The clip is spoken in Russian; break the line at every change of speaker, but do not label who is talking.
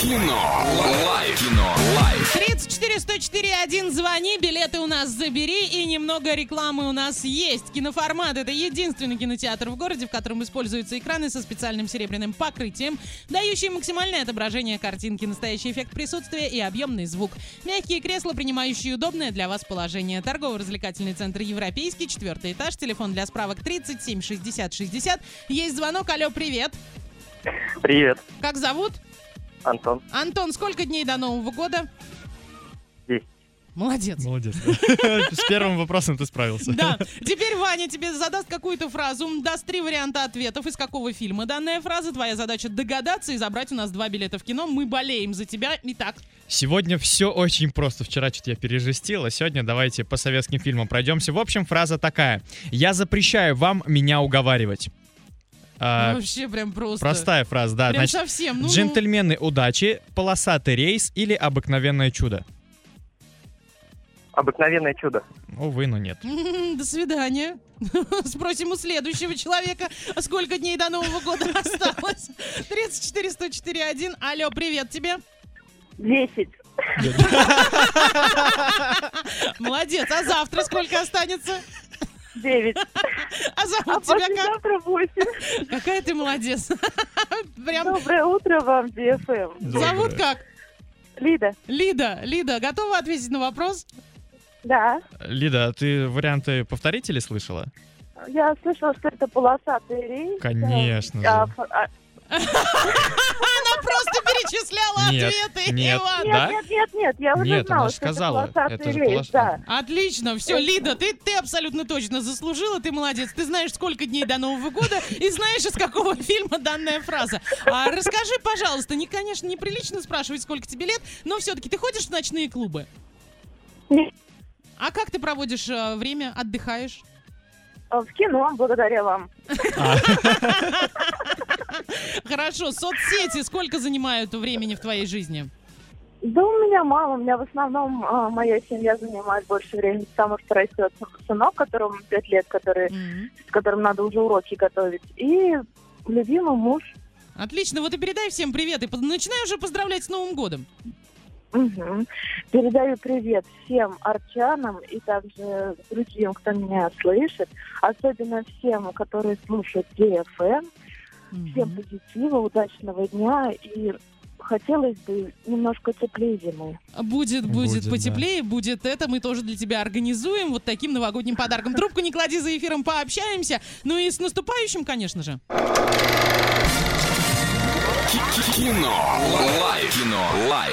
Кино. Лайф. Кино. Лайф.
34 104 1 звони, билеты у нас забери и немного рекламы у нас есть. Киноформат — это единственный кинотеатр в городе, в котором используются экраны со специальным серебряным покрытием, дающие максимальное отображение картинки, настоящий эффект присутствия и объемный звук. Мягкие кресла, принимающие удобное для вас положение. Торгово-развлекательный центр «Европейский», четвертый этаж, телефон для справок 37 60 60. Есть звонок, алло, привет.
Привет,
Как зовут?
Антон.
Антон, сколько дней до Нового года?
Десять.
Молодец.
Молодец. С первым вопросом ты справился.
Да. Теперь Ваня тебе задаст какую-то фразу, даст три варианта ответов, из какого фильма данная фраза. Твоя задача догадаться и забрать у нас два билета в кино. Мы болеем за тебя. Итак,
Сегодня все очень просто. Вчера что-то я пережестил, а сегодня давайте по советским фильмам пройдемся. В общем, фраза такая. Я запрещаю вам меня уговаривать. А,
ну, вообще прям просто.
простая фраза, да.
Прям
Значит,
совсем. Ну, ну.
джентльмены удачи, полосатый рейс или обыкновенное чудо.
Обыкновенное чудо.
Увы, но Ну, нет.
ну, М, До свидания. Спросим у следующего человека, сколько дней до Нового года осталось. 34 104 1. Алло, привет тебе.
Десять.
Молодец. А завтра сколько останется?
Девять.
А
А
зовут тебя как?
послезавтра восемь.
Какая ты молодец. Прям
Доброе утро вам, ДФМ.
Доброе.
зовут как?
Лида,
Лида. Лида, готова ответить на вопрос?
да.
Лида, а ты варианты повторить или слышала?
Я слышала, что это полосатый рейс.
Конечно
А,
же.
ф- а-
Она просто перечисляла
Нет,
ответы,
нет.
Иван.
Нет,
Да?
нет, нет, нет, я уже
Нет,
знала,
она же
что это
сказала.
полосатый
Это же
рейс,
полос-
да.
Отлично, все, Лида, ты, ты абсолютно точно заслужила, ты молодец. Ты знаешь, сколько дней до Нового года и знаешь, из какого фильма данная фраза. А расскажи, пожалуйста, не, конечно, неприлично спрашивать, сколько тебе лет, но все-таки ты ходишь в ночные клубы?
Нет.
А как ты проводишь э, время, отдыхаешь?
А, В кино, благодаря вам.
Хорошо, соцсети сколько занимают времени в твоей жизни?
Да у меня мало, у меня в основном а, моя семья занимает больше времени, потому что растет сынок, которому пять лет, который,
Мгм.
с которым надо уже уроки готовить, и любимый муж.
Отлично, вот и передай всем привет. И под- начинай уже поздравлять с Новым годом.
Мгм. Передаю привет всем арчанам и также другим, кто меня слышит, особенно всем, которые слушают ДФМ. Всем
Мгм.
позитива, удачного дня и хотелось бы немножко теплее зимы.
Будет, будет
Будет, да.
потеплее, будет это. Мы тоже для тебя организуем вот таким новогодним подарком. Трубку не клади за эфиром, пообщаемся. Ну и с наступающим, конечно же.
Кино. Лайф. Кино. Лайф.